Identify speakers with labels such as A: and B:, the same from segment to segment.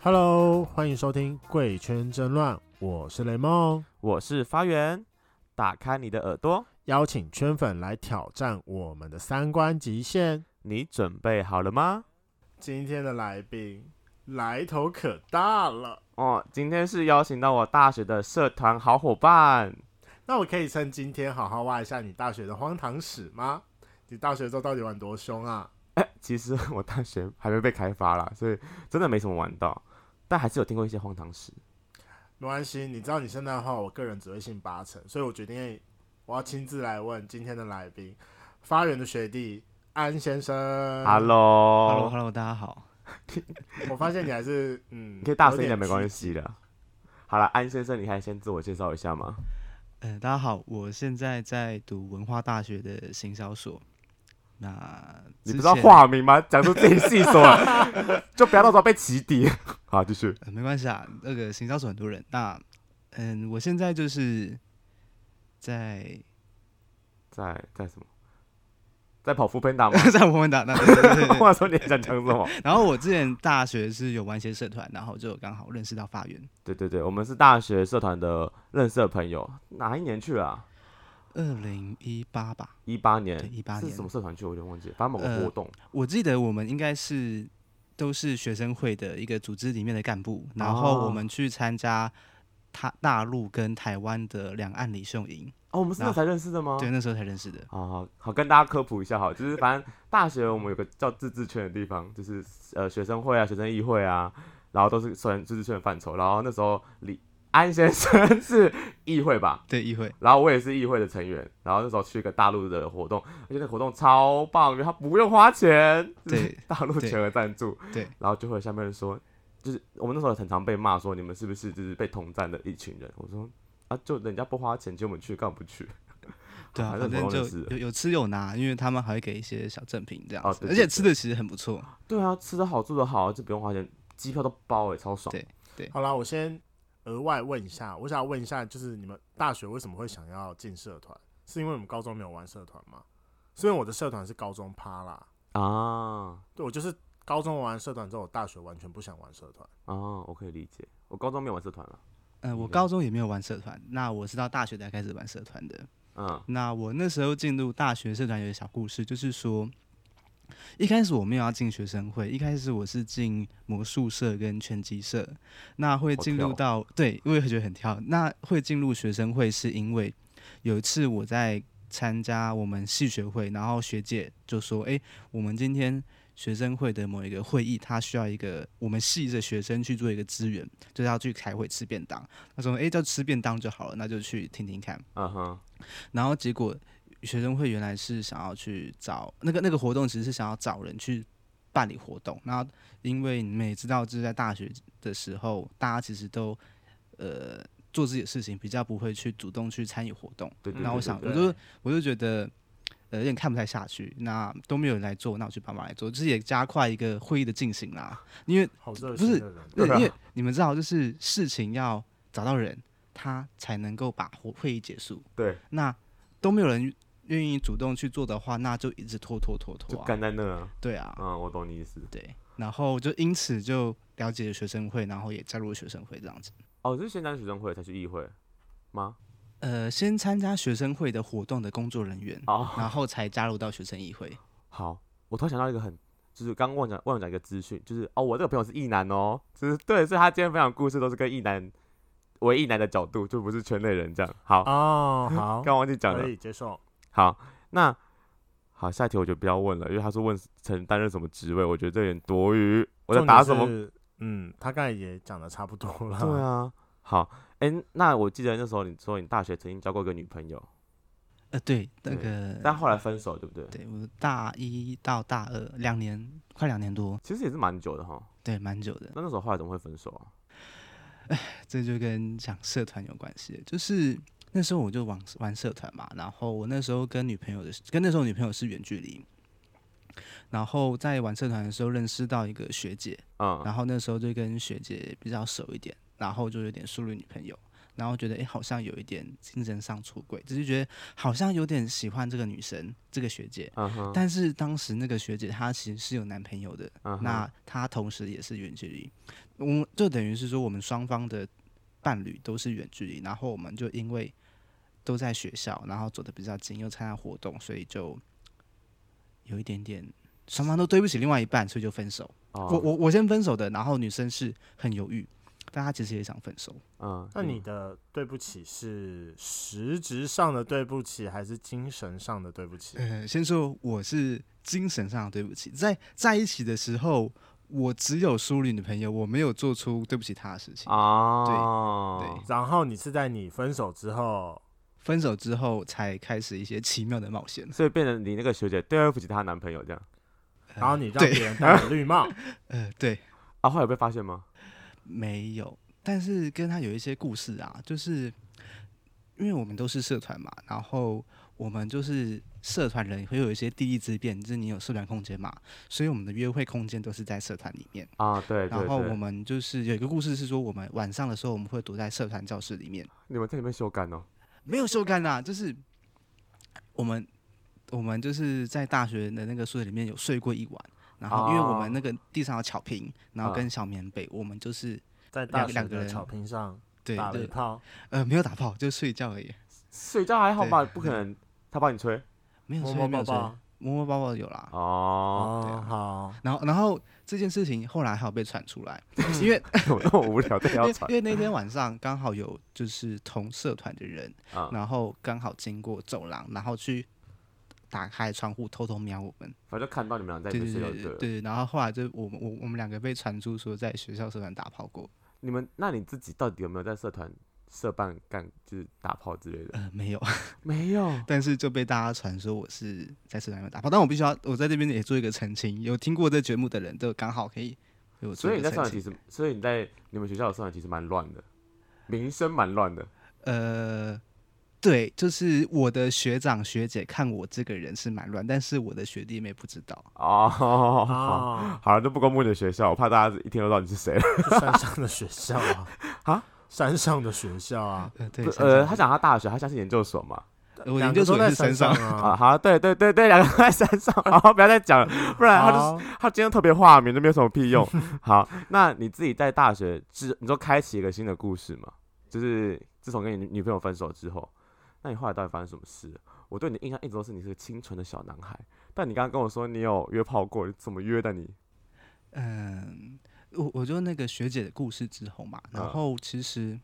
A: Hello，欢迎收听《贵圈争乱》，我是雷梦，
B: 我是发源，打开你的耳朵，
A: 邀请圈粉来挑战我们的三观极限。
B: 你准备好了吗？
A: 今天的来宾来头可大了，
B: 哦，今天是邀请到我大学的社团好伙伴。
A: 那我可以趁今天好好挖一下你大学的荒唐史吗？你大学的时候到底玩多凶啊？
B: 哎，其实我大学还没被开发啦，所以真的没什么玩到，但还是有听过一些荒唐史。
A: 没关系，你知道你现在的话，我个人只会信八成，所以我决定哎我要亲自来问今天的来宾，发源的学弟安先生。
B: 嗯 Hello，
C: Hello，Hello，大家好。
A: 我发现你还是嗯，
B: 你可以大声一点，没
A: 系。
B: 关系的。好了，安先生，你可以先自我介绍一下吗？
C: 呃，大家好，我现在在读文化大学的行销所。那
B: 你
C: 之
B: 不知道
C: 前、
B: 化名吗？讲出自己细 所，就不要到时候被起底。好，继续。
C: 呃没关系啊，那个行销所很多人。那嗯，我现在就是在
B: 在在什么？在跑副喷打 吗？
C: 在我们打那，对对对对
B: 我说你想讲什么？
C: 然后我之前大学是有玩一些社团，然后就刚好认识到发源。
B: 对对对，我们是大学社团的认识的朋友，哪一年去啊？
C: 二零一八吧，
B: 一八
C: 对，
B: 年，
C: 一八
B: 是
C: 年
B: 什么社团去？我有点忘记了，反正某个
C: 呃
B: 活动。
C: 我记得我们应该是都是学生会的一个组织里面的干部，然后我们去参加他大陆跟台湾的两岸领袖营，
B: 哦，我们是那
C: 那
B: 才认识的吗？哦
C: 对，那时候才认识的。
B: 好好好，跟大家科普一下好，就是反正大学我们有个叫自治圈的地方，就是呃学生会啊、学生议会啊，然后都是算自治圈的范畴。然后那时候李安先生 是议会吧，
C: 对，议会
B: 然后我也是议会的成员。然后那时候去一个大陆的活动，而且那个活动超棒，因为他不用花钱，
C: 对，
B: 大陆
C: 对
B: 全额赞助。
C: 对，
B: 然后就会有下面人说，就是我们那时候很常被骂说你们是不是就是被统战的一群人？我说啊，就人家不花钱，就我们去，干嘛不去？
C: 对啊，
B: 还是很
C: 反正
B: 多人
C: 就
B: 认识的
C: 有有吃有拿，因为他们还会给一些小赠品这样
B: 哦
C: 子，
B: 对
C: 而
B: 对
C: 且吃的其实很不错。
B: 对啊，吃的好，住的好，就不用花钱，机票都包哎、超爽。
C: 对
A: 好啦，我先额外问一下，我想问一下，就是你们大学为什么会想要进社团？是因为我们高中没有玩社团吗？虽然我的社团是高中趴啦，
B: 啊
A: 对我就是高中玩完社团之后，我大学完全不想玩社团。
B: 啊，我可以理解。我高中没有玩社团啊了，
C: 嗯、
B: 你
C: 我
B: 呢
C: 高中也没有玩社团，那我是到大学才开始玩社团的。
B: 嗯
C: 那我那时候进入大学社团有个小故事，就是说，一开始我没有要进学生会，一开始我是进魔术社跟拳击社，那会进入
B: 好跳哦
C: 到对，我也觉得很跳。那会进入学生会是因为有一次我在参加我们系学会，然后学姐就说：“诶，我们今天。”学生会的某一个会议，他需要一个我们系的学生去做一个支援，就是要去开会吃便当。他说：“诶，就吃便当就好了，那就去听听看。”
B: 嗯哼，
C: 然后结果学生会原来是想要去找那个那个活动，其实是想要找人去办理活动。然后因为你们也知道，就是在大学的时候，大家其实都呃做自己的事情，比较不会去主动去参与活动。
B: 对对
C: 那我
B: 对
C: 想，
B: 嗯对
C: 我就我就觉得。呃，有点看不太下去，那都没有人来做，那我就帮忙来做，就是也加快一个会议的进行啦。因为
A: 好热
C: 不
A: 心
C: 是
A: 的人，
B: 啊
C: 因为你们知道，就是事情要找到人，他才能够把活会议结束。
B: 对，
C: 那都没有人愿意主动去做的话，那就一直拖拖拖
B: 就
C: 拖、啊。
B: 干在那啊。
C: 对啊，
B: 嗯，我懂你意思。
C: 对。然后就因此就了解了学生会，然后也加入了学生会这样子。
B: 哦，是先当学生会才去议会吗？
C: 呃，先参加学生会的活动的工作人员，
B: 哦，
C: 然后才加入到学生议会。
B: 好，我突然想到一个很，就是刚忘讲忘了讲一个资讯，就是哦，我这个朋友是异男哦，就是对，所以他今天分享的故事都是跟异男为异男的角度，就不是圈内人这样。好，
A: 哦， 好，
B: 刚忘记讲
A: 可
B: 了。
A: 以接受。
B: 好，那好，下一题我就不要问了，因为他说问曾担任什么职位，我觉得这有点多余。我在
A: 重点
B: 打什么？
A: 是？嗯，他刚才也讲的差不多了。
B: 对啊，好，哎、那我记得那时候你说你大学曾经交过一个女朋友，
C: 呃，对，那
B: 对
C: 个，
B: 但后来分手，对不对？
C: 对我大一到大二两年，快两年多，
B: 其实也是蛮久的哈。
C: 对，蛮久的。
B: 那那时候后来怎么会分手啊？
C: 这就跟讲社团有关系了，就是那时候我就玩玩社团嘛，然后我那时候跟女朋友的跟那时候女朋友是远距离，然后在玩社团的时候认识到一个学姐，
B: 嗯，
C: 然后那时候就跟学姐比较熟一点，然后就有点树立女朋友。然后觉得诶好像有一点精神上出轨，只是觉得好像有点喜欢这个女生这个学姐。
B: 嗯哼，
C: 但是当时那个学姐她其实是有男朋友的，
B: 嗯哼
C: 那她同时也是远距离，我们就等于是说我们双方的伴侣都是远距离，然后我们就因为都在学校，然后走的比较近，又参加活动，所以就有一点点双方都对不起另外一半，所以就分手。我
B: 哦，
C: 我我先分手的，然后女生是很犹豫，但她其实也想分手。
B: 嗯，
A: 那你的对不起是实质上的对不起，还是精神上的对不 起？
C: 呃，先说我是精神上的对不起，在在一起的时候，我只有淑女的朋友，我没有做出对不起她的事情。
B: 哦，
C: 对对
A: 然后你是在你分手之后，
C: 分手之后才开始一些奇妙的冒险。
B: 所以变成你那个学姐对不起她男朋友这样
A: 然后你让
C: 对
A: 别人戴了绿帽，
C: 呃，对，
B: 啊？后来有被发现吗？
C: 没有，但是跟他有一些故事啊，就是因为我们都是社团嘛，然后我们就是社团人会有一些地利之便，就是你有社团空间嘛，所以我们的约会空间都是在社团里面。
B: 啊，对对
C: 然后我
B: 对，
C: 们就是有一个故事是说，我们晚上的时候我们会躲在社团教室里面，
B: 你们在里面修改哦，
C: 没有修干啦，就是我们我们就是在大学的那个宿舍里面有睡过一晚，然后因为我
B: 哦
C: 们那个地上有草坪，然后
B: 啊
C: 跟小棉被，我们就是
A: 在大学
C: 两个
A: 的
C: 人
A: 草坪上
C: 对
A: 打了一
C: 对
A: 炮，
C: 呃没有打炮，就睡觉而已，
B: 睡觉还好
C: 对
B: 吧？不可能他帮你吹
C: 没有
A: 摸
C: 睡
A: 摸
C: 没
A: 抱
C: 有睡，
A: 抱。
C: 摸摸抱抱有啦。
B: 哦，
C: 对
A: 哦
C: 啊，
A: 好，
C: 然后然后这件事情后来还有被传出 来，因为
B: 怎么那么无聊？对，
C: 因
B: 要
C: 为
B: 传
C: 因为那天晚上刚好有就是同社团的人，
B: 啊，
C: 然后刚好经过走廊，然后去打开窗户偷偷瞄我们。
B: 反正就看到你们俩在里
C: 对
B: 面
C: 对
B: 睡觉
C: 对
B: 就
C: 对
B: 对了。
C: 对，然后后来就我们我我们两个被传出说在学校社团打炮过，
B: 你们那你自己到底有没有在社团社办干就是打炮之类 的？
C: 呃，没有，
B: 没有，
C: 但是就被大家传说我是在社团里面打炮，但我必须要我在这边也做一个澄清，有听过这节目的人都刚好可以给我做
B: 所以
C: 一
B: 你
C: 个
B: 在社
C: 澄
B: 团其
C: 清。
B: 实，所以你在你们学校的社团其实蛮乱的，名声蛮乱的。
C: 呃，对，就是我的学长学姐看我这个人是蛮乱，但是我的学弟妹不知道。
B: 哦， 好，
A: 哦，
B: 好了，都不公布你的学校，我怕大家一听就知道你是谁了。
A: 就山上的学校 啊，
B: 啊，
A: 山上的学校啊，
C: 呃，对
B: 不，
C: 山
B: 呃，
C: 上
B: 他讲他大学，他像是研究所嘛。
C: 呃我
A: 两
C: 研
A: 个
C: 究
A: 都
C: 所也
A: 在
C: 是山
A: 上
C: 上，
B: 啊，
A: 啊。
B: 好，对对对对，两个都在山上，好，不要再讲了，不
A: 啊
B: 然他就是
A: 好
B: 他今天特别化名，都没有什么屁用。 好，那你自己在大学之，你说开启一个新的故事嘛？就是自从跟你女女朋友分手之后，那你后来到底发生什么事？我对你的印象一直都是你是个清纯的小男孩，但你刚刚跟我说你有约炮过，怎么约的你？
C: 嗯，我我就那个学姐的故事之后嘛，
A: 嗯
B: 啊
C: 然后其实，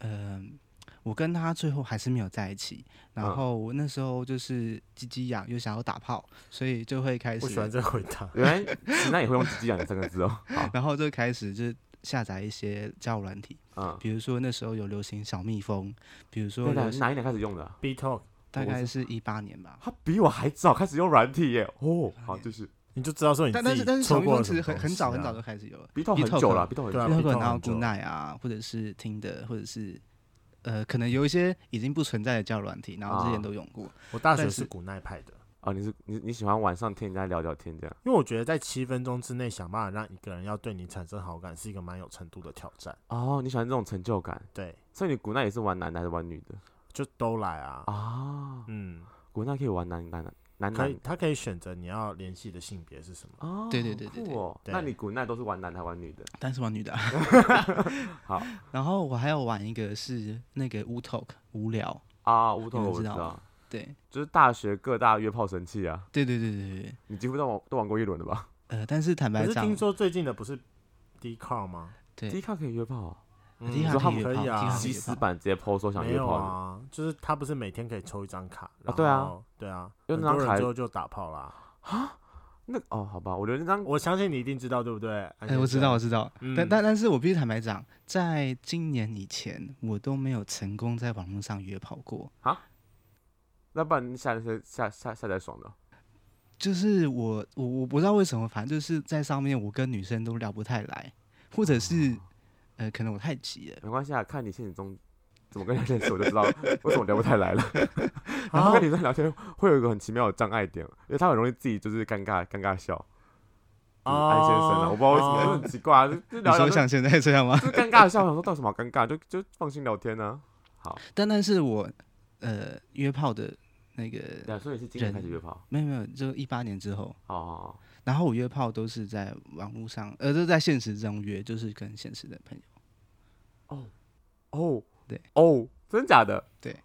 C: 嗯、我跟她最后还是没有在一起。
B: 啊
A: 嗯
C: 然后我那时候就是鸡鸡痒，又想要打炮，所以就会开
A: 我喜欢
C: 始，
A: 这个回答。
B: 原来那也会用“鸡鸡痒”这三个字哦。好，
C: 然后就开始就是下载一些交友软体，
B: 嗯，
C: 比如说那时候有流行小蜜蜂，比如说
B: 对
C: 流
B: 的，
C: 行
B: 哪一年开始用的啊、
A: B Talk，
C: 大
B: 我
C: 概
B: 是
C: 是一八年吧。
B: 他比我还早开始用软体耶！哦，好，
C: 年
B: 就是
A: 你就知道说你
C: 但
A: 自
C: 但
A: 己
C: 是但是小
A: 错
C: 蜜
A: 过
C: 蜂
A: 了
C: 其
A: 什么
C: 实很
A: 东
C: 很
A: 西
C: 早
A: 啊
C: 很早就开始有了，
B: 鼻头很
C: BTOK
B: 久了，鼻头很久
A: 对啊
B: 了。
C: 然后可
A: BTOK
C: 能到
A: 很久
C: Good Night 啊，或者是听的，或者是呃，可能有一些已经不存在的交友软体，然后之
B: 啊
C: 前都用过。
A: 我大学
C: 但
A: 是
C: 是
A: 古奈派的，
B: 哦，你是你你喜欢晚上听人家聊聊天这样？
A: 因为我觉得在七分钟之内想办法让一个人要对你产生好感，是一个蛮有程度的挑战。
B: 哦，你喜欢这种成就感，
A: 对，
B: 所以你古奈也是玩男的还是玩女的
A: 就都来
C: 哦
A: 啊，
B: 啊？
A: 嗯，
B: 古奈可以玩男男男
A: 可
B: 男
A: 以，他可以选择你要联系的性别是什么。
B: 哦，
C: 对对对
B: 好
C: 对
B: 酷
C: 对
B: 哦
A: 对
B: 那你古奈都是玩男的还玩女的？
C: 但是玩女的、啊
B: 好。
C: 然后我还有玩一个是那个 Wu Talk 无聊，
B: 啊，乌头
C: 你们
B: 我
C: 知道
B: 道，
C: 对
B: 就是大学各大约炮神器啊，
C: 对对对对对。
B: 你几乎都玩都玩过一轮的吧
C: 呃，但是坦
A: 可是
C: 白
A: 听
C: 讲，
A: 说最近的不是 D Car 吗？
C: 对
B: ？D 卡可以约炮哦，
A: 嗯
C: 迪卡
B: 说他
C: 可以
A: 可
C: 约
A: 以
C: 炮迪
A: 啊
C: 卡可以
B: 西
C: 约
B: 斯
C: 炮
B: 版直接 PO 说想
A: 没
B: 约
A: 有
B: 炮的，
A: 啊，就是他不是每天可以抽一张卡
C: 哦
A: 然
B: 对啊
A: 后对啊，
B: 用
A: 很
B: 那张
A: 多人
B: 卡
A: 最后就打炮啦。
B: 那哦，好吧，我觉得那张
A: 我相信你一定知道，对不对？哎
C: 哎、我知道，我，知道，但
A: 嗯
C: 但但是我必须坦白讲，在今年以前，我都没有成功在网络上约跑过。
B: 那不然下下下下下载爽的，
C: 就是我我我不知道为什么，反正就是在上面我跟女生都聊不太来，或者
B: 哦
C: 是呃，可能我太急了。
B: 没关系啊，看你现实中怎么跟人家认识，我就知道为什么聊不太来了。
A: 然
B: 然
A: 后
B: 后跟女生聊天会有一个很奇妙的障碍点，因为她很容易自己就是尴尬尴尬笑。嗯安先生啊了，我不知道为什么，就
A: 哦
B: 很奇怪啊，就就
C: 你
B: 聊聊
C: 说
B: 就
C: 像现在这 样吗？
B: 就尴尬一下，我想说到底有什么好尴尬，就就放心聊天啊呢。
C: 但但是我呃约炮的那个
B: 对啊，所以是今年开始约炮，
C: 没有没有，就一八年之后，
B: 哦，
C: 然后我约炮都是在网络上，呃，都在现实中约，就是跟现实的朋友。
B: 哦，
C: 对，
B: 哦，真假的？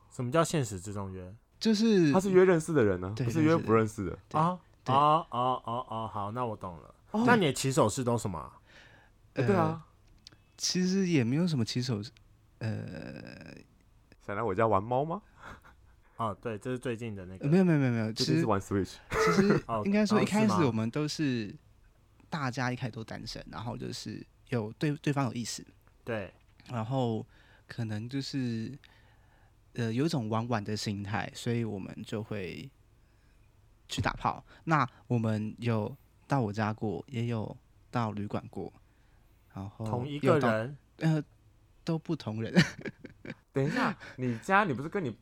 A: 什么叫现实之中约
C: 就是
B: 他是约认识的人呢，
C: 对
B: 不是约不认识的。
C: 对
A: 啊？
C: 对
A: 哦哦哦哦，好，那我懂了。
B: 哦
A: 那你的起手式都什么啊？
B: 哎对啊，
C: 呃其实也没有什么起手，呃，
B: 想来我家玩猫吗？
A: 哦，对，这是最近的那个
C: 没有没有没有没有，其
B: 最近
C: 实
B: 是玩 Switch，
C: 其实
A: 哦
C: 应该说
A: 哦
C: 一开
A: 是
C: 始
A: 吗
C: 我们都是大家一开始都单身，然后就是有对对方有意思，
A: 对，
C: 然后可能就是呃有一种玩玩的心态，所以我们就会去打炮。那我们有到我家过，也有到旅馆过，然后
A: 同一
C: 哦有
A: 个
C: 到
A: 人
C: 呃都不同人，
B: 等一下，你家你不是跟你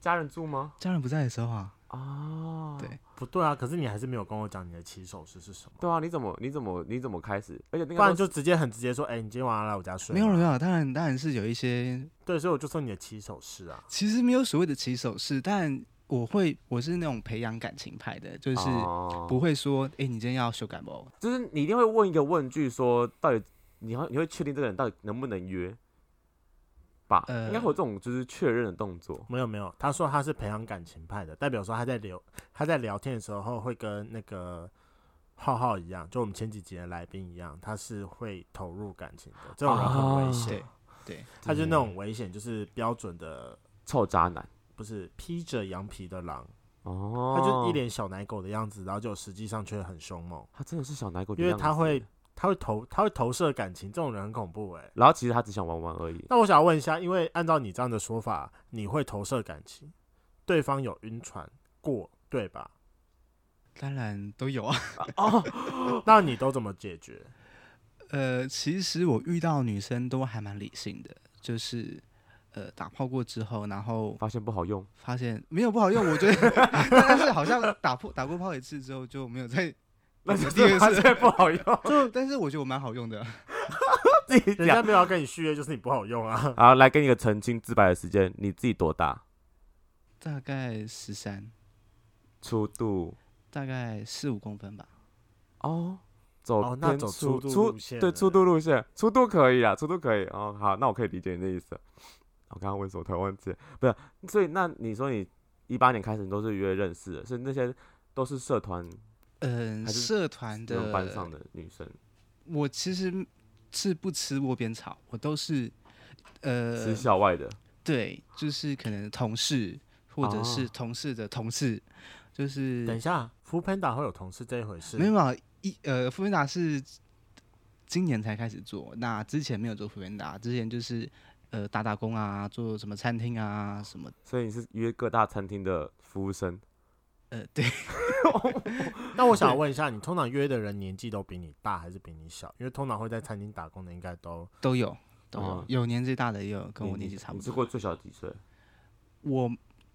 B: 家人住吗？
C: 家人不在的时候啊，
B: 啊，
C: 对
A: 不对啊，可是你还是没有跟我讲你的起手式是什么，
B: 对啊，你怎么你怎么你怎么开始？而且那
A: 不然
B: 个
A: 就直接很直接说，哎，你今天晚上来我家睡
C: 没
A: 吗。
C: 有没有，当然当然是有一些
A: 对，所以我就说你的起手式啊，
C: 其实没有所谓的起手式，但我会我是那种培养感情派的，就是
B: 哦
C: 不会说，哎、你今天要修改不？
B: 就是你一定会问一个问句，说到底你会你会确定这个人到底能不能约吧？
C: 呃
B: 应该会有这种就是确认的动作。
A: 没有没有，他说他是培养感情派的，代表说他在聊他在聊天的时候会跟那个浩浩一样，就我们前几集的来宾一样，他是会投入感情的，这种人很
B: 哦
A: 危险，
C: 对哦对，
A: 他就是那种危险，就是标准的
B: 臭渣男
A: 不是披着羊皮的狼，
B: 哦，
A: 他就是一脸小奶狗的样子，然后就实际上却很凶猛，
B: 他真的是小奶狗的
A: 因为
B: 样子，
A: 他会他会投他会投射感情，这种人很恐怖哎、
B: 然后其实他只想玩玩而已。
A: 那我想问一下，因为按照你这样的说法，你会投射感情，对方有晕船过，对吧？
C: 当然都有啊。
A: 那你都怎么解决？
C: 呃，其实我遇到女生都还蛮理性的，就是呃打炮过之后，然后
B: 发现不好用，
C: 发现没有不好用，我觉得，但是好像打破打过炮一次之后就没有再。
B: 那 就
C: 第二
B: 是
C: 次
B: 发现不好用，
C: 就，但是我觉得我蛮好用的，啊
B: 自己
A: 人
B: 讲
A: 家。没有要跟你续约，就是你不好用啊。
B: 好，来给你个澄清自白的时间，你自己多大？
C: 大概十三，
B: 粗度
C: 大概四五公分吧。
B: 哦，走
A: 哦，那
B: 偏
A: 走
B: 粗
A: 粗度
B: 粗
A: 路线
B: 对
A: 了，
B: 粗度路线，粗度可以啊，粗度可以哦。好，那我可以理解你的意思。我刚刚问什么，突然忘记了。不是，所以那你说你一八年开始你都是约认识的，所以那些都是社团
C: 嗯、
B: 还是
C: 社团
B: 那
C: 的
B: 种班上的女生，
C: 我其实是不吃窝边草，我都是
B: 是
C: 呃，
B: 校外的。
C: 对，就是可能同事或者是
B: 哦
C: 同事的同事，就
A: 等一
C: 是
A: 下，福 Panda 会有同事这一回事？
C: 没有啊一呃，富源达是今年才开始做，那之前没有做富源达，之前就是呃打打工啊，做什么餐厅啊什么，
B: 所以你是约各大餐厅的服务生，
C: 呃 对，
A: 那我想问一下，你通常约的人年纪都比你大还是比你小？因为通常会在餐厅打工的应该都
C: 都有都有，
B: 哦
C: 有年纪大的也有跟
B: 你
C: 我年
B: 你
C: 纪差
B: 你
C: 不
B: 吃
C: 多，
B: 过最小几岁？
C: 我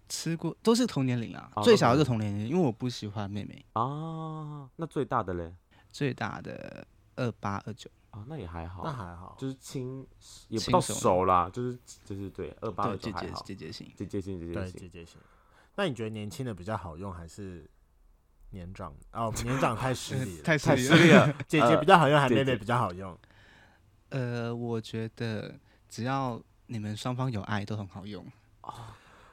C: 吃过都是同年龄啊，
B: 哦
C: 最
B: 都
C: 小的
B: 同
C: 是同年龄，因为我不喜欢妹妹，
B: 啊，那最大的嘞？
C: 最大的二八二九。
B: 啊，那也还好，
A: 那还好。
B: 就是亲，也不
C: 亲
B: 到
C: 手的
B: 熟啦，就是就是对二八
C: 对
B: 二
C: 姐
B: 九还
C: 姐
B: 好，
C: 姐姐 型，
B: 姐姐亲姐姐
A: 对，
B: 亲
A: 姐。姐型。那你觉得年轻的比较好用，还是年长？哦，年长太失礼 了。
C: 太
B: 太
C: 失
B: 失
C: 礼
B: 礼
C: 了。
B: 了，
A: 姐姐比较好用，还是
B: 姐
A: 妹妹
B: 姐
A: 比较好用？
C: 呃，我觉得只要你们双方有爱，都很好用。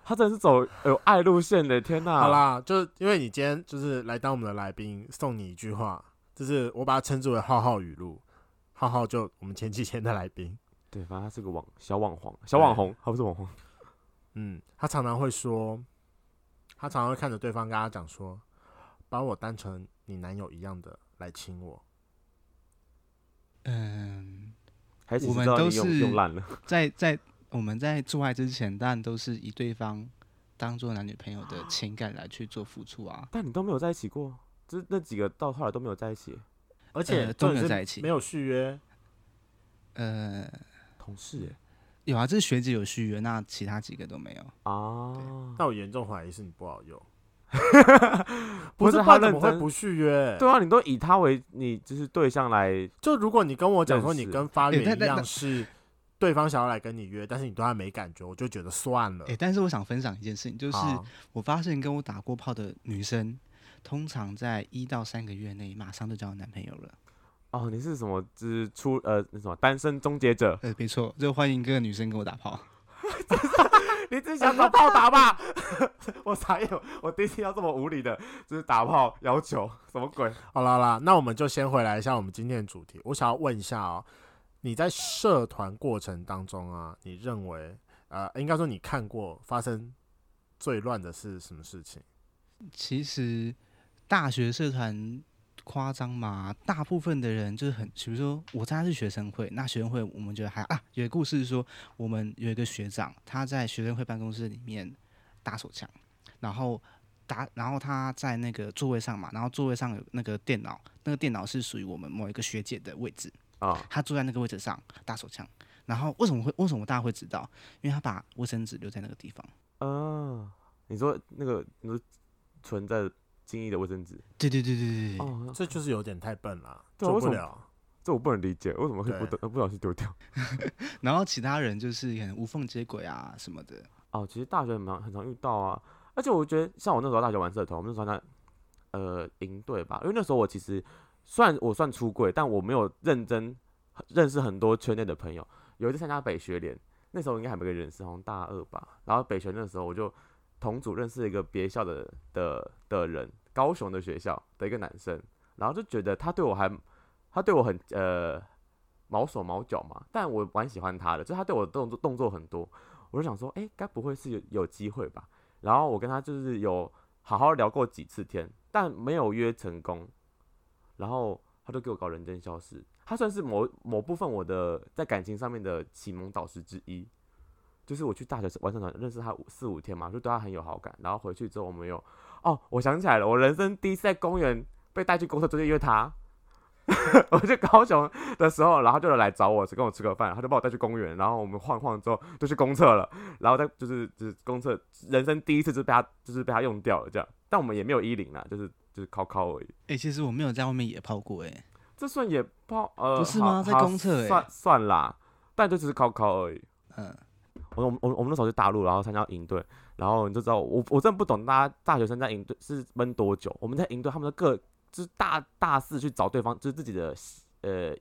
B: 他真的是走有爱路线的，天哪！
A: 好，啦，就是因为你今天就是来当我们的来宾，送你一句话，就是我把它称之为“浩浩语录”。浩浩就我们前几天的来宾，
B: 对，反正他是个网小网红，小网
A: 对
B: 红，哎他不是网红，
A: 嗯，他常常会说，他常常会看着对方跟他讲说，把我当成你男友一样的来亲我。
C: 嗯，
B: 还是
C: 我们
B: 知道
C: 都
B: 你用
C: 是
B: 用烂了，
C: 在在我们在做爱之前，当然都是以对方当做男女朋友的情感来去做付出啊。
B: 但你都没有在一起过，就是那几个到后来都没有在一起，
A: 而且
C: 呃都
A: 重
C: 没有
A: 点是
C: 在一起
A: 没有续约。
C: 呃，
B: 同事耶
C: 有啊，这是学姐有续约，那其他几个都没有。
B: 啊，
A: 那我严重怀疑是你不好用。
B: 不
A: 不
B: 是
A: 是
B: 他
A: 他怎么
B: 认
A: 会
B: 真
A: 不续约？
B: 对啊，你都以他为你就是对象来，
A: 就如果你跟我讲说你
B: 认识
A: 跟发
C: 诶但
A: 源一
C: 但
A: 样
C: 但
A: 是对方想要来跟你约，但是你对他没感觉，我就觉得算了
C: 哎、。但是我想分享一件事情，就是
A: 好
C: 我发现跟我打过炮的女生，通常在一到三个月内马上就交到男朋友了。
B: 哦，你是什么？就是出呃那什么单身终结者？
C: 呃，没错，就欢迎各个女生跟我打炮。
B: 你只是想找炮打吧？ 我才有，我第一次听到这么无理的，就是打炮要求什么 鬼？
A: 好啦好啦，那我们就先回来一下我们今天的主题。我想要问一下哦，你在社团过程当中啊，你认为呃，应该说你看过发生最乱的是什么事情？
C: 其实大学社团夸张嘛，大部分的人就是很，比如说我参加是学生会，那学生会我们觉得还啊，有个故事是说，我们有一个学长，他在学生会办公室里面打手枪，然后打，然后他在那个座位上嘛，然后座位上有那个电脑，那个电脑是属于我们某一个学姐的位置，
B: 啊、
C: 他坐在那个位置上打手枪，然后为什么会为什么大家会知道？因为他把卫生纸留在那个地方。
B: 啊，你说那个你说存在精益的卫生纸
C: 对对对对对对，
B: 哦，
A: 这就是有点太笨了，
B: 对啊
A: 做
B: 为什
A: 不
B: 么
A: 了。
B: 这我不能理解，为什么会不
A: 对
B: 得不小心丢掉？
C: 然后其他人就是可能无缝接轨啊什么的。
B: 哦，其实大学蛮很常遇到啊，而且我觉得像我那时候大学玩社团，我们那时候在呃营队吧，因为那时候我其实算我算出柜，但我没有认真认识很多圈内的朋友。有一次参加北学联，那时候应该还没有认识，好像大二吧。然后北学那时候我就同组认识一个别校的的的人，高雄的学校的一个男生，然后就觉得他对我还他对我很呃毛手毛脚嘛，但我蛮喜欢他的，就是他对我的动作动作很多，我就想说，哎、该不会是有有机会吧？然后我跟他就是有好好聊过几次天，但没有约成功，然后他就给我搞人间消失。他算是某某部分我的在感情上面的启蒙导师之一，就是我去大学玩社团认识他五四五天嘛，就对他很有好感。然后回去之后，我们有哦，我想起来了，我人生第一次在公园被带去公厕，就是因为他。 我去高雄的时候，然后他就来找我，跟我吃个饭，他就把我带去公园，然后我们晃晃之后就去公厕了，然后再就是就是公厕，人生第一次就被他就是被他用掉了这样，但我们也没有衣领啦，就是就是靠靠而已。
C: 哎、其实我没有在外面野炮过哎、
B: 这算也泡呃，
C: 不是吗
B: 好
C: 在
B: 好
C: 公厕欸
B: 算算啦，但就只是考考而已。
C: 嗯，
B: 我我我我们那时候去大陆，然后参加营队，然后你就知道我我真的不懂大家大学生在营队是闷多久。我们在营队，他们的各就是大大四去找对方，就是自己的呃，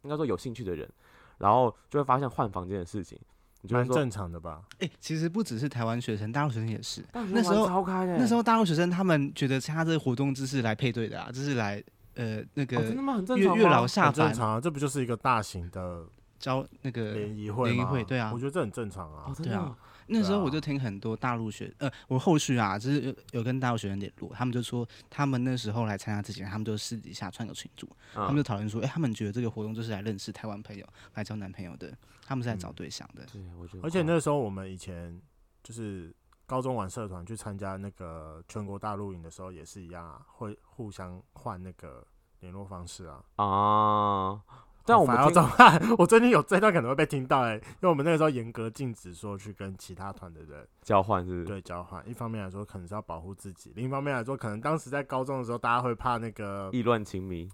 B: 应该说有兴趣的人，然后就会发现换房间的事情，你就会
A: 蛮
B: 说，
A: 正常的吧？
C: 哎、其实不只是台湾学生，大陆学生也是。
B: 但
C: 那时候
B: 玩超开的欸，
C: 那时候大陆学生他们觉得参加这个活动只是来配对的啊，就是来呃那
B: 哦真
C: 个
B: 的吗？很正
C: 月
B: 常
C: 月
B: 吗
C: 老下
A: 很正
C: 凡
A: 常啊，这不就是一个大型的
C: 交那个。
A: 联谊会吗？
C: 联谊会对啊
A: 我觉得这很正常啊
B: 哦，。真
C: 对
B: 的
C: 啊
B: 哦
C: 那时候我
A: 对
C: 就
A: 啊
C: 听很多大陆学呃，我后续啊，就是有有跟大陆学生联络，他们就说他们那时候来参加之前，他们就私底下穿个群组，他们
B: 嗯
C: 就讨论说，哎、他们觉得这个活动就是来认识台湾朋友，来交男朋友的，他们是来找
B: 嗯
C: 对象的。
B: 对，我觉得
A: 而且
B: 很
A: 那时候我们以前就是高中玩社团去参加那个全国大陆营的时候也是一样啊，会互相换那个联络方式啊。
B: 好啊，但我们
A: 要
B: 听
A: 怎么办？ 我最近有这段可能会被听到哎、因为我们那个时候严格禁止说去跟其他团的人
B: 交换是不是
A: 对交换。一方面来说可能是要保护自己，另一方面来说可能当时在高中的时候大家会怕那个
B: 意乱情迷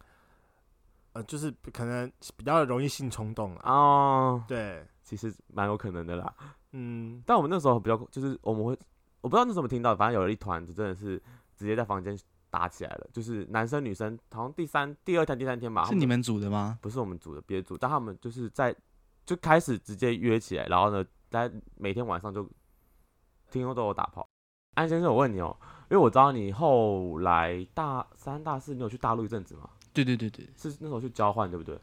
A: 呃，就是可能比较容易性冲动啊。
B: 哦，
A: 对，
B: 其实蛮有可能的啦。
A: 嗯，
B: 但我们那时候比较就是我们会，我不知道那时候有没有听到，反正有一团就真的是直接在房间打起来了，就是男生女生好像第三、第二天、第三天吧，他
C: 是你们组的吗？
B: 不是我们组的别组，但他们就是在就开始直接约起来，然后呢，在每天晚上就听说都有打炮。安先生，我问你哦、因为我知道你后来大三、大四，你有去大陆一阵子吗？
C: 对对对对，
B: 是那时候去交换，对不对？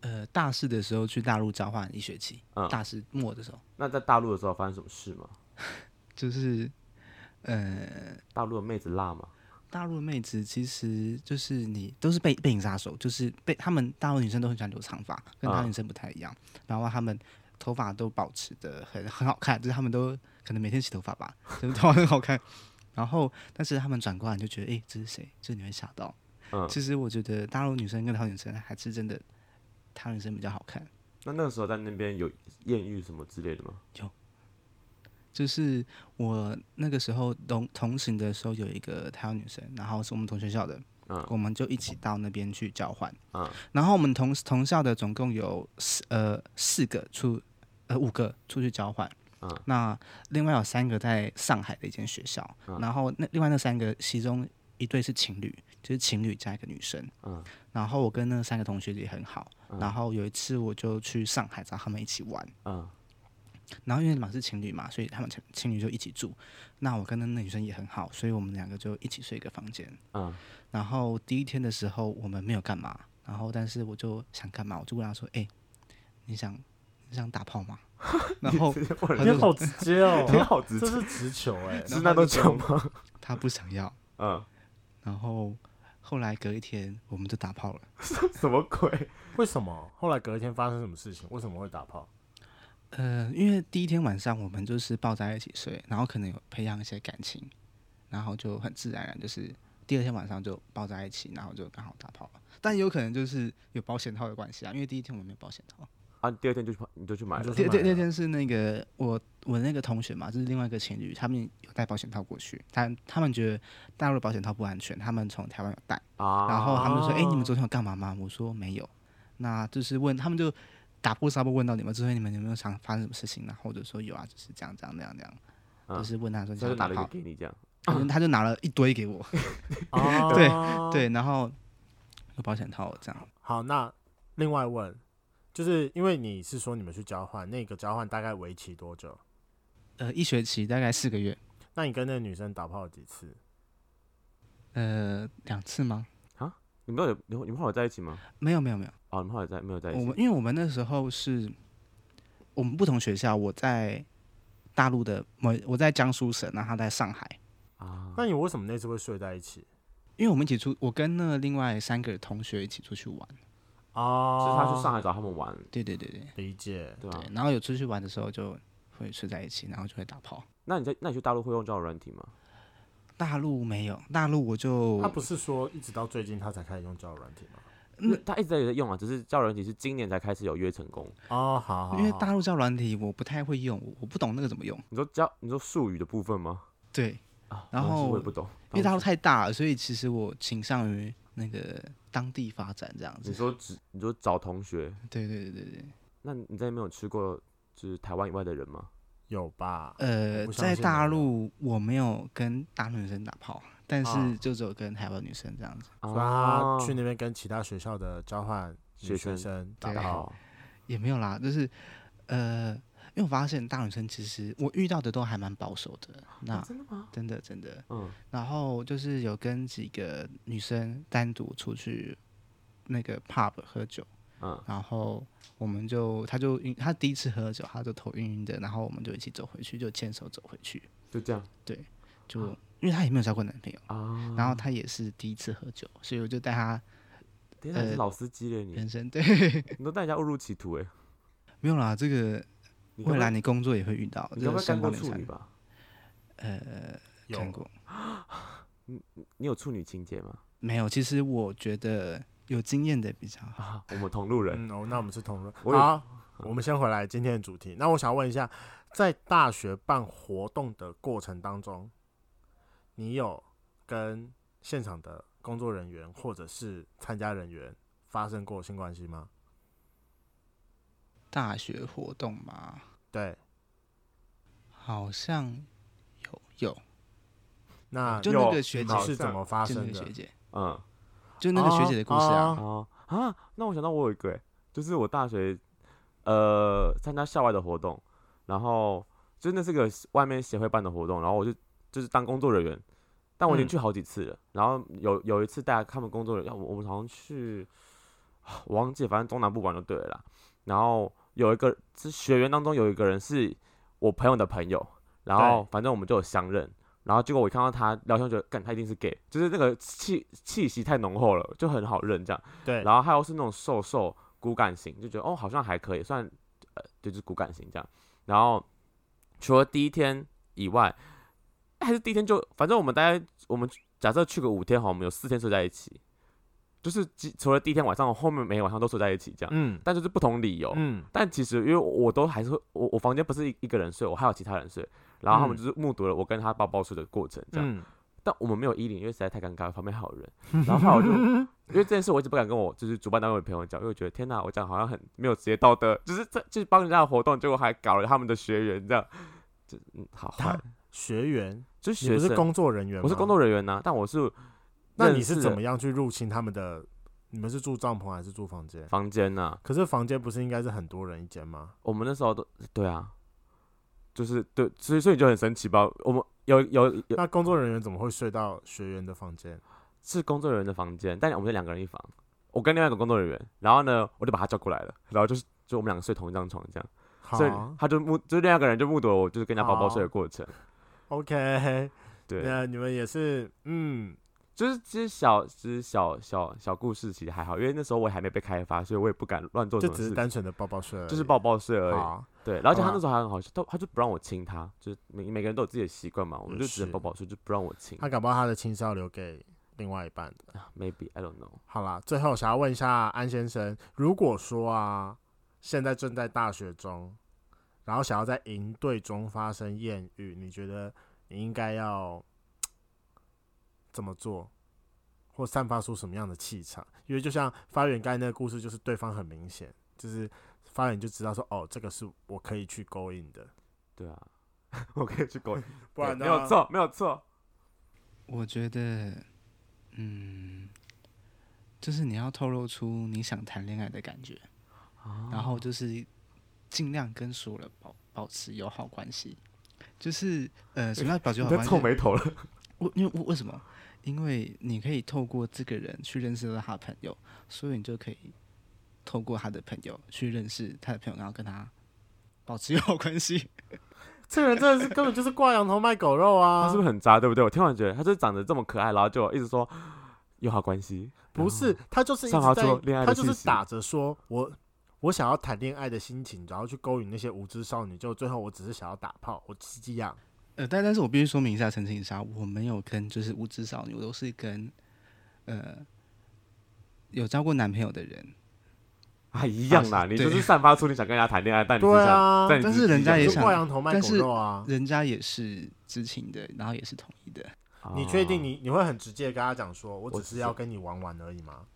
C: 呃，大四的时候去大陆交换一学期，
B: 嗯，
C: 大四末的时候，
B: 那在大陆的时候发生什么事吗？
C: 就是呃，
B: 大陆的妹子辣吗？
C: 大陆的妹子其实就是你都是被背影杀手，就是被他们大陆女生都很喜欢留长发，跟台湾
B: 嗯
C: 女生不太一样，然后她们头发都保持的很很好看，就是她们都可能每天洗头发吧，就是头发很好看。 然后，但是她们转过来你就觉得，诶，这是谁？就是你会吓到。
B: 嗯，
C: 其实我觉得大陆女生跟台湾女生还是真的，台湾女生比较好看。
B: 那那个时候在那边有艳遇什么之类的吗？
C: 就是我那个时候同同行的时候有一个台湾女生，然后是我们同学校的，
B: 嗯
C: 我们就一起到那边去交换。
B: 嗯
C: 然后我们同同校的总共有四呃四个出呃五个出去交换，
B: 嗯
C: 那另外有三个在上海的一间学校，
B: 嗯
C: 然后那另外那三个其中一对是情侣，就是情侣加一个女生，
B: 嗯
C: 然后我跟那三个同学也很好，
B: 嗯
C: 然后有一次我就去上海找他们一起玩，
B: 嗯
C: 然后因为嘛是情侣嘛，所以他们情情侣就一起住，那我跟那那女生也很好，所以我们两个就一起睡一个房间，
B: 嗯
C: 然后第一天的时候我们没有干嘛，然后但是我就想干嘛，我就问他说：“哎、你想你想打炮吗？”然后
B: 直接问人
C: 他
A: 你
C: 就
A: 好直接哦、
B: 你好直
A: 这
B: 接，
A: 是直球哎、
B: 是那都讲吗？
C: 他不想要，
B: 嗯，
C: 然后后来隔一天我们就打炮了。
B: 什么鬼？
A: 为什么？后来隔一天发生什么事情？为什么会打 炮？
C: 呃，因为第一天晚上我们就是抱在一起睡，然后可能有培养一些感情，然后就很自然而然就是第二天晚上就抱在一起，然后就刚好打炮了。但有可能就是有保险套的关系啊，因为第一天我们没有保险套。
B: 啊，你第二天就去你就去买
A: 你
B: 了
A: 就，
C: 第
A: 是
C: 第
A: 买
C: 第二
A: 了
C: 天是那个我我那个同学嘛，就是另外一个情侣，他们有带保险套过去，但他们觉得大陆的保险套不安全，他们从台湾有带，
B: 啊，
C: 然后他们就说：“哎、你们
A: 哦
C: 昨天有干嘛吗？”我说：“没有。”那就是问他们就打破砂锅问到你们，哎就说你们有没有想发生什么事情？然后我就说有啊，就是这样这样那样那样，
B: 嗯
C: 就是问他说你
B: 他就拿
C: 想打
B: 了一个
C: 炮，
B: 给你这样，
C: 他就他就拿了一堆给我，
A: 哦
C: 对 对，然后有保险套这样，
A: 好，那另外问，就是因为你是说你们去交换，那个交换大概为期多久？
C: 呃，一学期大概四个月，
A: 那你跟那个女生打炮几次？
C: 呃，两次吗？
B: 你们有你们你们后来在一起吗？
C: 没有没有没有。
B: 哦，你们后来在没有在一
C: 我
B: 起
C: 们？因为我们那时候是，我们不同学校，我在大陆的某，我在江苏省，然后他在上海。
B: 啊，
A: 那你为什么那次会睡在一起？
C: 因为我们一起出，我跟那另外三个同学一起出去玩。
A: 哦，
B: 就是他去上海找他们玩，
C: 对对对对
A: 理解。
B: 对吧、
C: 对，然后有出去玩的时候就会睡在一起，然后就会打炮。
B: 那你在那你去大陆会用交友软体吗？
C: 大陆没有，大陆我就
A: 他不是说一直到最近他才开始用交友软体吗？
C: 嗯
B: 那他一直在有在用啊，只是交友软体是今年才开始有约成功。
A: 哦，好好
C: 因为
A: 好
C: 大陆叫软体，我不太会用，我我不懂那个怎么用。
B: 你说交你说术语的部分吗？
C: 对，
B: 啊，
C: 然
B: 我也是
C: 后
B: 我也不懂，
C: 因为大陆太大了，所以其实我倾向于那个当地发展这样
B: 你
C: 子。
B: 说只你说找同学，
A: 嗯
C: 对对对对对。
B: 那你在那边有吃过就是台湾以外的人吗？
A: 有吧？
C: 呃，
A: 我不相
C: 在
A: 信啊
C: 大
A: 你有
C: 陆我没有跟大陆女生打炮，但
A: 啊
C: 是就只有跟台湾女生这样子，
A: 所以
B: 啊
A: 他去那边跟其他学校的交换
B: 哦学
A: 女
B: 生
A: 学生打
C: 对
A: 炮。
B: 哦，
C: 也没有啦。就是呃，因为我发现大陆女生其实我遇到的都还蛮保守的，
B: 哦
C: 那、
A: 啊
B: 真的吗？
C: 真的真的。
B: 嗯，
C: 然后就是有跟几个女生单独出去那个 pub 喝酒，
B: 嗯，
C: 然后我们就她就晕，她第一次喝酒，她就头晕晕的，然后我们就一起走回去，就牵手走回去，
B: 就这样
C: 就、因为她也没有交过男朋友。
B: 啊。
C: 然后她也是第一次喝酒，所以我就带她
B: 天哪，你是
C: 呃
B: 老司机嘞你，
C: 人生对，
B: 你都带人家误入歧途哎。
C: 没有啦，这个
B: 你
C: 未
B: 该
C: 来你工作也会遇到，
B: 不会
C: 这
B: 你该不
C: 个
B: 会干
C: 身
B: 过
C: 高点
B: 处
C: 上
B: 女吧？
C: 呃，
A: 有
C: 看过
B: 你有处女情节吗？
C: 没有？其实我觉得有经验的比较好。
B: 啊，我们同路人，
A: 嗯，哦，那我们是同人。
B: 我有
A: 好，我们先回来今天的主题。那我想问一下，在大学办活动的过程当中，你有跟现场的工作人员或者是参加人员发生过性关系吗？
C: 大学活动嘛，
A: 对，
C: 好像有有，
A: 那
C: 啊就
B: 有
C: 那个学姐
A: 你，
B: 好
A: 是怎
B: 像
A: 么发
C: 就那
A: 生
C: 个
A: 的
C: 学？姐，
B: 嗯，
C: 就那个学姐的故事啊。
B: 哦啊，那我想到我有一个、欸，就是我大学呃参加校外的活动，然后就那是个外面协会办的活动，然后我就就是当工作人员，但我已经
A: 嗯
B: 去好几次了。然后有有一次带他们工作人员，我我们好像去，啊我忘记了，反正中南部玩就对了啦。然后有一个是学员当中有一个人是我朋友的朋友，然后反正我们就有相认。然后结果我一看到他聊天，我觉得干他一定是 gay，就是那个气气息太浓厚了，就很好认这样。
A: 对，
B: 然后还有是那种瘦瘦骨感型，就觉得哦好像还可以，算呃就是骨感型这样。然后除了第一天以外，还是第一天就反正我们大概我们假设去个五天好，我们有四天睡在一起，就是即除了第一天晚上，后面每个晚上都睡在一起这样，
A: 嗯
B: 但就是不同理由。
A: 嗯，
B: 但其实因为我都还是会我我房间不是一一个人睡，我还有其他人睡，然后他
A: 嗯
B: 们就是目睹了我跟他抱抱睡的过程，这样。
A: 嗯，
B: 但我们没有衣领，因为实在太尴尬了，旁边还 有人。然后后来我就，因为这件事我一直不敢跟我就是主办单位的朋友讲，因为我觉得天哪，我讲好像很没有职业道德，就是这就是帮人家的活动，结果还搞了他们的学员这样，就嗯好坏
A: 他，学员，
B: 就是
A: 你
B: 学
A: 不是
B: 生，
A: 工作人员，
B: 我是工，作人员呐、但我是
A: 那
B: 认
A: 你是
B: 识
A: 怎
B: 的
A: 么样去入侵他们的？你们是住帐篷还是住房间？
B: 房间呐、
A: 可是房间不是应该是很多人一间吗？
B: 我们那时候都对啊，就是对，所以所以你就很神奇吧？我们有有有
A: 那工作人员怎么会睡到学员的房间？
B: 是工作人员的房间，但我们就两个人一房，我跟另外一个工作人员，然后呢，我就把他叫过来了，然后就是就我们两个睡同一张床这样，
A: 好
B: 所以他就目就另外一个人就目睹了我就是跟人家抱抱睡的过程，
A: ，OK，
B: 对，
A: 那你们也是，嗯，
B: 就是其实小只是小小小故事其实还好，因为那时候我也还没被开发，所以我也不敢乱做什
A: 就
B: 么
A: 只
B: 事
A: 是
B: 情，
A: 单纯的抱抱睡而已，
B: 就是抱抱睡而已，
A: 好，
B: 对，然后而且他
A: 好吧
B: 那时候还很好笑，他他就不让我亲他，就是每每个人都有自己的习惯嘛，我们
A: 也
B: 就只能
A: 是
B: 抱抱睡，就不让我亲
A: 他搞不好他的亲是要留给另外一半的。
B: ，maybe I don't know。
A: 好啦，最后想要问一下安先生，如果说啊，现在正在大学中，然后想要在营队中发生艳遇，你觉得你应该要怎么做，或散发出什么样的气场？因为就像发源刚才那个故事，就是对方很明显，就是发源就知道说，哦，这个是我可以去勾引的，
B: 对啊， 我可以去狗，
A: 不然
B: 没
A: 呢
B: 有错，没有错。
C: 我觉得，嗯，就是你要透露出你想谈恋爱的感觉，然
B: 哦
C: 后就是尽量跟所有人保保持友好关系。就是呃，什么叫保持
B: 你
C: 友好
B: 在
C: 关系
B: 皱？眉头了，
C: 我因为我为什么？因为你可以透过这个人去认识到他的朋友，所以你就可以透过他的朋友去认识他的朋友，然后跟他保持友好关系。
A: 这个人真的是根本就是挂羊头卖狗肉
B: 他
A: 啊！
B: 是不是很渣？对不对？我听完觉得他就是长得这么可爱，然后就一直说友好关系，
A: 不
B: 嗯
A: 是，他就是一直
B: 散发
A: 在
B: 出恋爱的
A: 他就
B: 气
A: 是
B: 息
A: 打着说我我想要谈恋爱的心情，然后去勾引那些无知少女，就最后我只是想要打炮，我是这样。
C: 呃，但但是我必须说明一下，澄清一下，我没有跟就是无知少女，我都是跟呃有交过男朋友的人，
B: 啊一样啦。
C: 啊
B: 你
C: 对
B: 就是散发出你想跟人家谈恋爱，但你
A: 对
B: 只想，
A: 啊
B: 但你
C: 但
B: 只
C: 是人家
B: 想
C: 也
A: 就
B: 说
C: 想
A: 挂羊头卖
C: 但
A: 狗
C: 是
A: 肉啊！
C: 人家也是知情的，然后也是同意的。
A: 你确定
B: 哦
A: 你你会很直接跟他讲说，我
B: 我
A: 只
B: 只
A: 是
B: 是
A: 要跟你玩玩而已吗？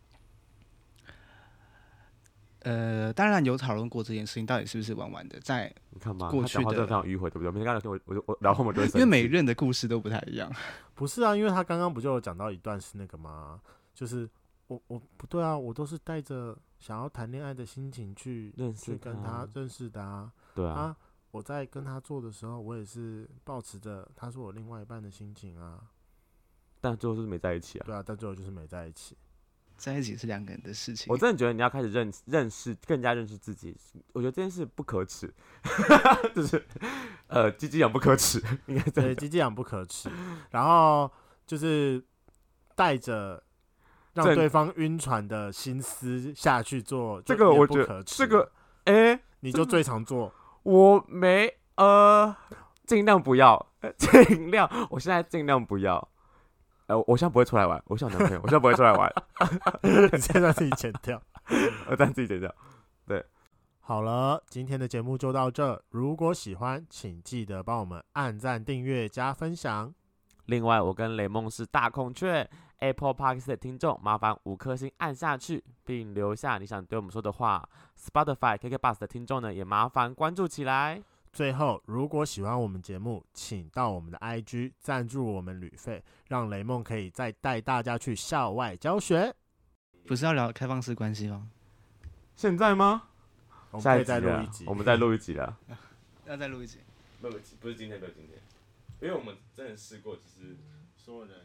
C: 呃，当然有讨论过这件事情到底是不是玩玩的，在
B: 你看吧，
C: 过
B: 他
C: 去
B: 讲话真的
C: 的
B: 非常迂回，对不对？每天跟他聊天，我我就我然后我就会生
C: 因为每
B: 气
C: 任的故事都不太一样。
A: 不是啊，因为他刚刚不就有讲到一段是那个吗？就是我我不对啊，我都是带着想要谈恋爱的心情去
B: 认
A: 去
B: 识
A: 跟他认识的啊。
B: 对啊，
A: 啊，我在跟他做的时候，我也是保持着他是我另外一半的心情啊。
B: 但最后就是没在一起啊。
A: 对啊，但最后就是没在一起。
C: 在一起是两个人的事情
B: 我，真的觉得你要开始认认识，更加认识自己。我觉得这件事不可耻，就是呃，鸡鸡养不可耻， 应该这样
A: 对，鸡鸡养不可耻，然后就是带着让
B: 正
A: 对方晕船的心思下去做，
B: 这
A: 就
B: 个
A: 也
B: 我
A: 不
B: 觉得
A: 可
B: 这
A: 耻
B: 个
A: 了
B: 哎、
A: 你就最常 做。
B: 我没呃，尽量不要， 呃尽量，我现在尽量不要。呃，我现在不会出来玩，我想男朋友，我现在不会出来玩，
A: 现在自己剪掉。
B: 我但自己剪掉。
A: 好了，今天的节目就到这。如果喜欢，请记得帮我们按赞、订阅、加分享。
B: 另外，我跟雷梦是大孔雀 Apple Park 的听众，麻烦五颗星按下去，并留下你想对我们说的话。Spotify KK Bus 的听众呢，也麻烦关注起来。
A: 最后，如果喜欢我们节目，请到我们的 IG 赞助我们旅费，让雷梦可以再带大家去校外教学。
C: 不是要聊开放式关系吗？
B: 现在吗？
A: 我们
B: 下
A: 可以
B: 一集
A: 再录
B: 了
A: 一集，
B: 我们再录一集了。
C: 要再录一集。
B: 不不，不是今天，不是今天，因为我们真的试过，就是
A: 所有人。